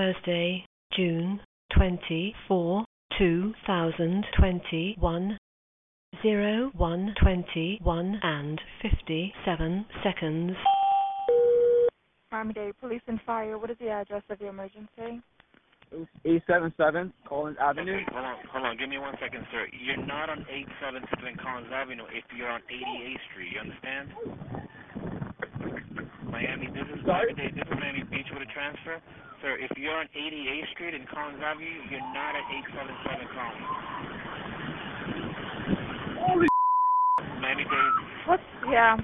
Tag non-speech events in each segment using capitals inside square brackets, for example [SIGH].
Thursday, June 24, 2021, 0121 and 57 seconds. Miami-Dade Police and Fire, what is the address of your emergency? Eight seven seven Collins Avenue. Okay, hold on, hold on. Give me one second, sir. You're not on 877 Collins Avenue if you're on 88th Street. You understand? Miami, this is Sorry? Miami. This is Miami Beach with a transfer, sir. If you're on 88th Street in Collins Avenue, you're not at 877 Collins. Holy Miami Dade. What's, yeah,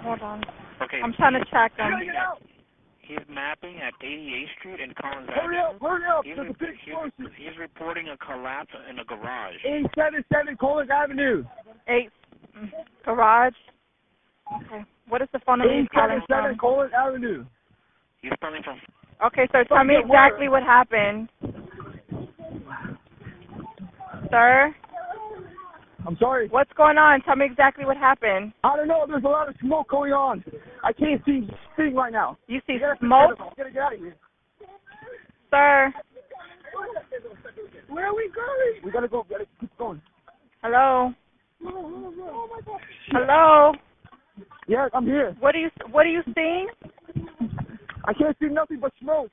hold on. Okay. I'm trying to track them. Hurry up! He's mapping at 88th Street in Collins Hurry Avenue. up! Hurry up! He's, There's a big he's, explosion. he's reporting a collapse in a garage. Eight seven seven Collins Avenue. Eight, mm, garage. Okay, what is the phone number Eight you're calling seven seven from? Collins Avenue. He's calling from Okay, sir, tell me Fucking word. exactly what happened. Sir, I'm sorry. what's going on? Tell me exactly what happened. I don't know. There's a lot of smoke going on. I can't see thing right now. You see You gotta smoke, forget about it. You gotta get out of here. sir? Where are we going? We gotta go. We gotta keep going. Hello, Oh my gosh. hello. Yeah, I'm here. What are you What are you seeing? I can't see nothing but smoke.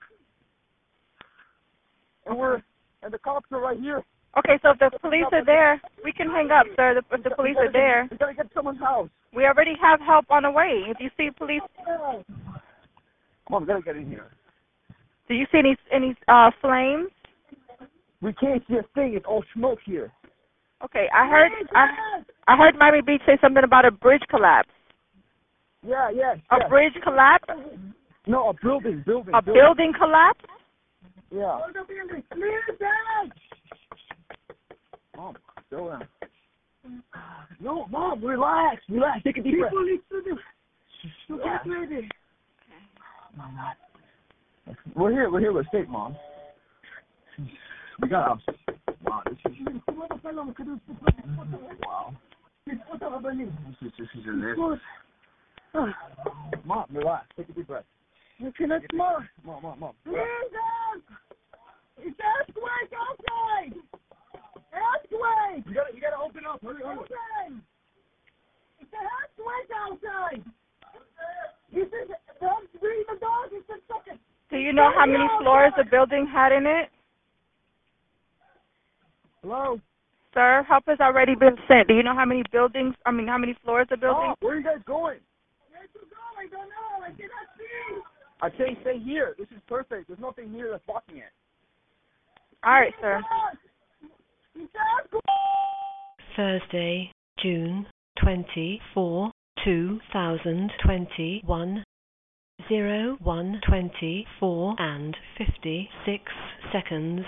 And we're and the cops are right here. Okay, so if the police are there, we can hang up, sir. The, if the police are there, We gotta get to someone's house. we already have help on the way. If you see police, Come on, we gotta get in here. do you see any any uh, flames? We can't see a thing. It's all smoke here. Okay, I heard I, I heard Miami Beach say something about a bridge collapse. Yeah, yes. A yes. bridge collapse? No, a building, building. A building collapse? Yeah. Mom, slow down. [SIGHS] No, mom, relax, relax. Take a deep breath. Shh, yeah. Oh, My God. We're here. We're here with state, mom. We got us. Wow, this is. Wow. This is, this is a list. uh, Mom, relax. Take a deep breath. Looking at mom. Mom, mom, mom. relax. It's earthquake outside! Earthquake! You gotta, you gotta open up. Hurry, hurry. It's an earthquake outside! This is, don't bring the dog, it's a second. Do you know how many floors the building had in it? Hello? Sir, help has already been sent. Do you know how many buildings? I mean, how many floors the building? Oh, where are you guys going? Where's you going? I don't know. I cannot see. I can't stay here. This is perfect. There's nothing here that's blocking it. Oh. All right, sir. It's an earthquake! Thursday, June 24, 2021, 0124 and 56 seconds.